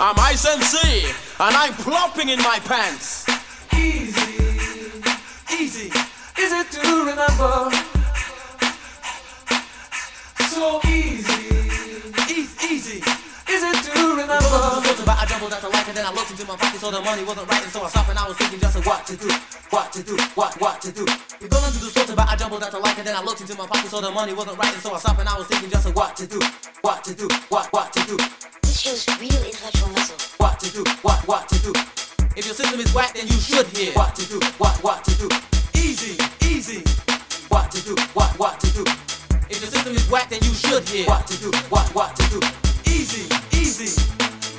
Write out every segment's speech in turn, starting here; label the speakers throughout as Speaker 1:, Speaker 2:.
Speaker 1: I'm Ice and C, and I'm plopping in my pants.
Speaker 2: Easy, easy, easy to remember. So easy, easy, easy, easy to remember.
Speaker 3: Talked about I jumbled out the life and then I looked into my pocket so the money wasn't right and so I stopped and I was thinking just of what to do, what to do, what what to do. You going into the store about I jumbled out the life and then I looked into my pocket so the money wasn't right and so I stopped and I was thinking just of what to do, what to do, what what to do,
Speaker 4: This shows real intellectual muscle.
Speaker 3: what to do, what what to do. If your system is whack, then you should hear what to do, what what to do,
Speaker 2: Easy, easy,
Speaker 3: what to do, what what to do. If your system is whack, then you should hear what to do, what what to do,
Speaker 2: easy, easy,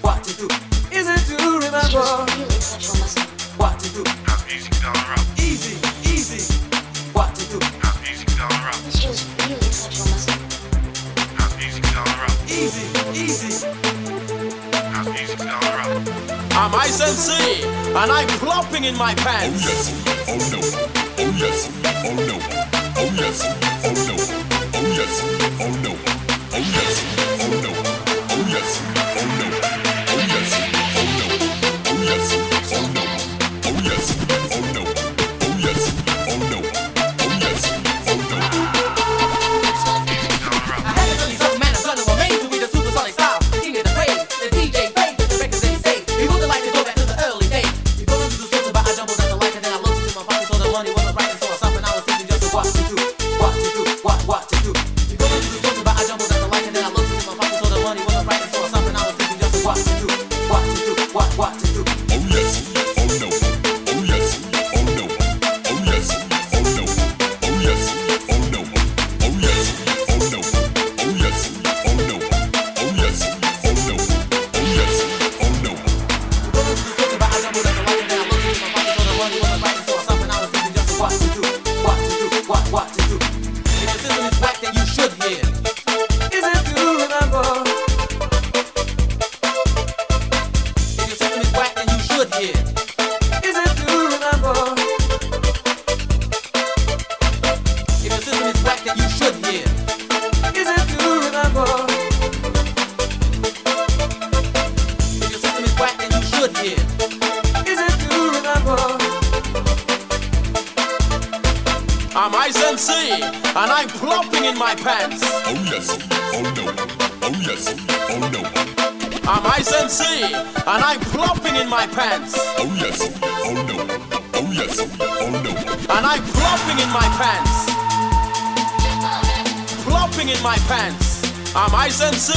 Speaker 3: what to do,
Speaker 2: easy to
Speaker 4: This
Speaker 2: remember.
Speaker 4: shows real intellectual muscle.
Speaker 3: what to do,
Speaker 5: Have music dollar up.
Speaker 2: Easy, easy,
Speaker 3: what to do,
Speaker 5: Have music dollar up.
Speaker 4: This shows real intellectual muscle.
Speaker 5: Have music dollar up.
Speaker 2: easy, easy,
Speaker 5: Have music dollar up.
Speaker 1: I'm Ice and C, and I'm plopping in my
Speaker 6: Oh
Speaker 1: pants.
Speaker 6: yes, oh no, oh yes, oh no, oh yes, oh no, oh yes, oh no, oh yes, oh no, oh yes, oh no, oh yes, oh no, oh yes, oh no, oh yes, oh no, oh yes, oh no, oh yes, oh no.
Speaker 5: Music dollar up.
Speaker 3: Naturally, some man is gonna remain to be the supersonic style. The king of the rave, the DJ plays the records they say. We wouldn't like to go back to the early days. You go into the store but I jumbled out the light and then I looked into my pocket so the money wasn't right and so I stopped and I was thinking just what to do, what to do, what what to do. You go into the store but I jumbled out the light and then I looked into my pocket so the money wasn't right and so I stopped and I was thinking just what to do, what to do, what what to do.
Speaker 6: Oh yes, oh no, oh yes, oh no, oh yes, oh no, oh yes, oh no, oh yes, oh no, oh yes, oh no, oh yes, oh no, oh yes, oh no.
Speaker 3: What to do, what to do, what what to do. If the system is whack, then you should hear.
Speaker 2: easy to remember.
Speaker 3: If your system is whack, then you should hear.
Speaker 2: Easy to remember.
Speaker 3: If your system is whack, then you should hear.
Speaker 2: Easy to remember.
Speaker 3: If your system is whack, then you should hear.
Speaker 2: Easy to remember.
Speaker 1: I'm Ice and C, and I'm plopping in my pants.
Speaker 6: Oh yes, oh no, oh yes, oh no,
Speaker 1: I'm Ice and C, and I'm plopping in my pants.
Speaker 6: oh yes, oh no, oh yes, oh no.
Speaker 1: And I'm plopping in my pants. Plopping in my pants. I'm Ice and C,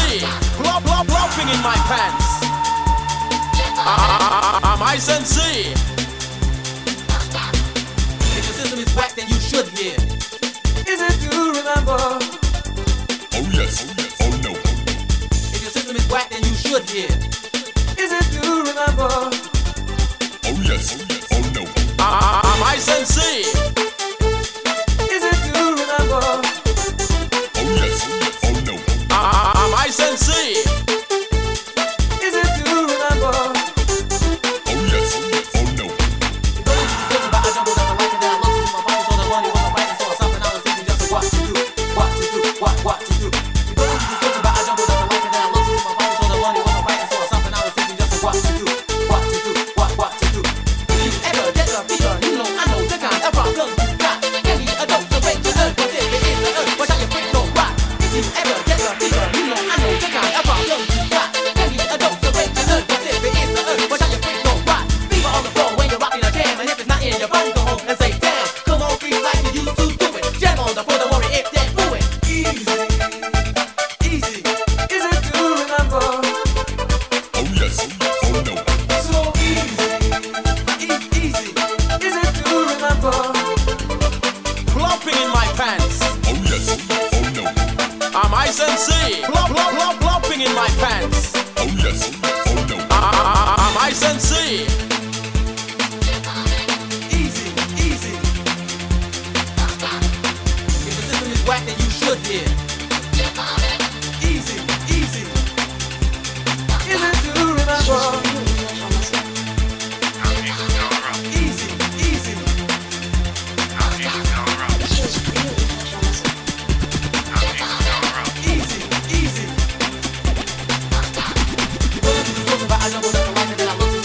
Speaker 1: plop, plop, plopping in my pants. I- I- I- I'm Ice and C.
Speaker 3: If your system is whack, then you should hear.
Speaker 2: Easy to remember.
Speaker 6: Oh yes, oh no,
Speaker 3: If your system is whack, then you should hear.
Speaker 2: Easy to remember.
Speaker 6: oh yes, oh no,
Speaker 1: I- I- I'm Ice and C.
Speaker 2: Easy to remember.
Speaker 6: oh yes, oh no,
Speaker 1: I- I- I'm Ice and C.
Speaker 2: Easy to remember.
Speaker 6: oh yes, oh no.
Speaker 3: Thinking about I jumbled up the life and then I looked into my pocket, so the money wasn't right, and so I stopped and I was thinking just of what to do, what to do, what what to do. Thinking about I jumbled up the life and then I looked into my pocket, so the money wasn't right, and so I stopped and I was thinking just of what to do, what to do, what what to do. If you ever get a fever, you know I know the kind of problems you got. Any adult to break the earth, but if it is the earth, why don't you break no rock? If you ever get a fever, you know I know the kind of problems you got. Any adult to break the earth, but if it is the earth, why don't you break no rock? Fever on the floor when you're rocking a jam, and if it's not in your body, go home and say damn. Come on, free like you used to do it. Jam on the floor, don't worry if that fluid.
Speaker 2: Easy, easy, easy to remember.
Speaker 6: Oh yes, oh no,
Speaker 2: So easy, e- easy, easy to remember.
Speaker 1: Plopping in my pants.
Speaker 6: oh yes, oh no,
Speaker 1: I'm Ice and C. Plop, plop, plop, plopping in my pants.
Speaker 6: oh yes, oh no,
Speaker 1: I- I- I- I'm Ice and C.
Speaker 2: Easy, easy,
Speaker 3: If the system is whack, then you should hear.
Speaker 2: easy, easy, easy to
Speaker 4: This shows
Speaker 2: remember.
Speaker 4: real intellectual muscle.
Speaker 5: Have music dollar up.
Speaker 2: Easy, easy,
Speaker 5: Have music dollar up.
Speaker 4: This shows real intellectual muscle.
Speaker 5: Have music dollar up.
Speaker 2: easy, easy,
Speaker 3: If your system is whack, then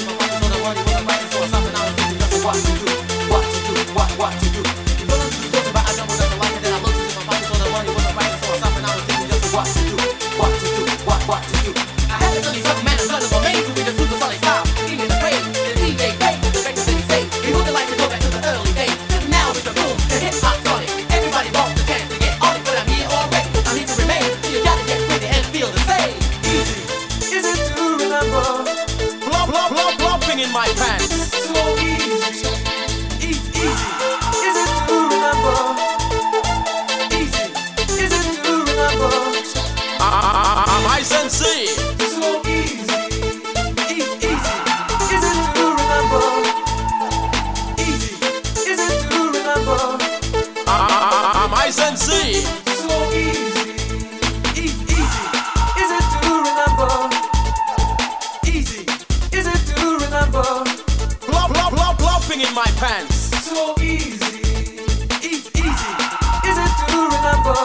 Speaker 1: in my pants.
Speaker 2: So easy, easy, easy. Is it to remember?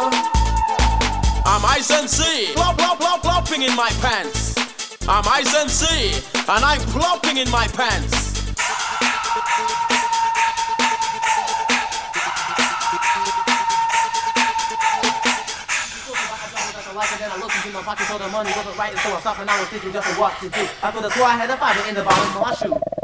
Speaker 1: I'm I sensei. Plop, plop, plop, plopping in my pants. I'm I sensei, and I'm plopping in my pants.
Speaker 3: Like and then I looked into my pocket, saw the money wasn't right, so I stopped and I was thinking just what to do. I could have swore I had a fiver in the bottom of my shoe.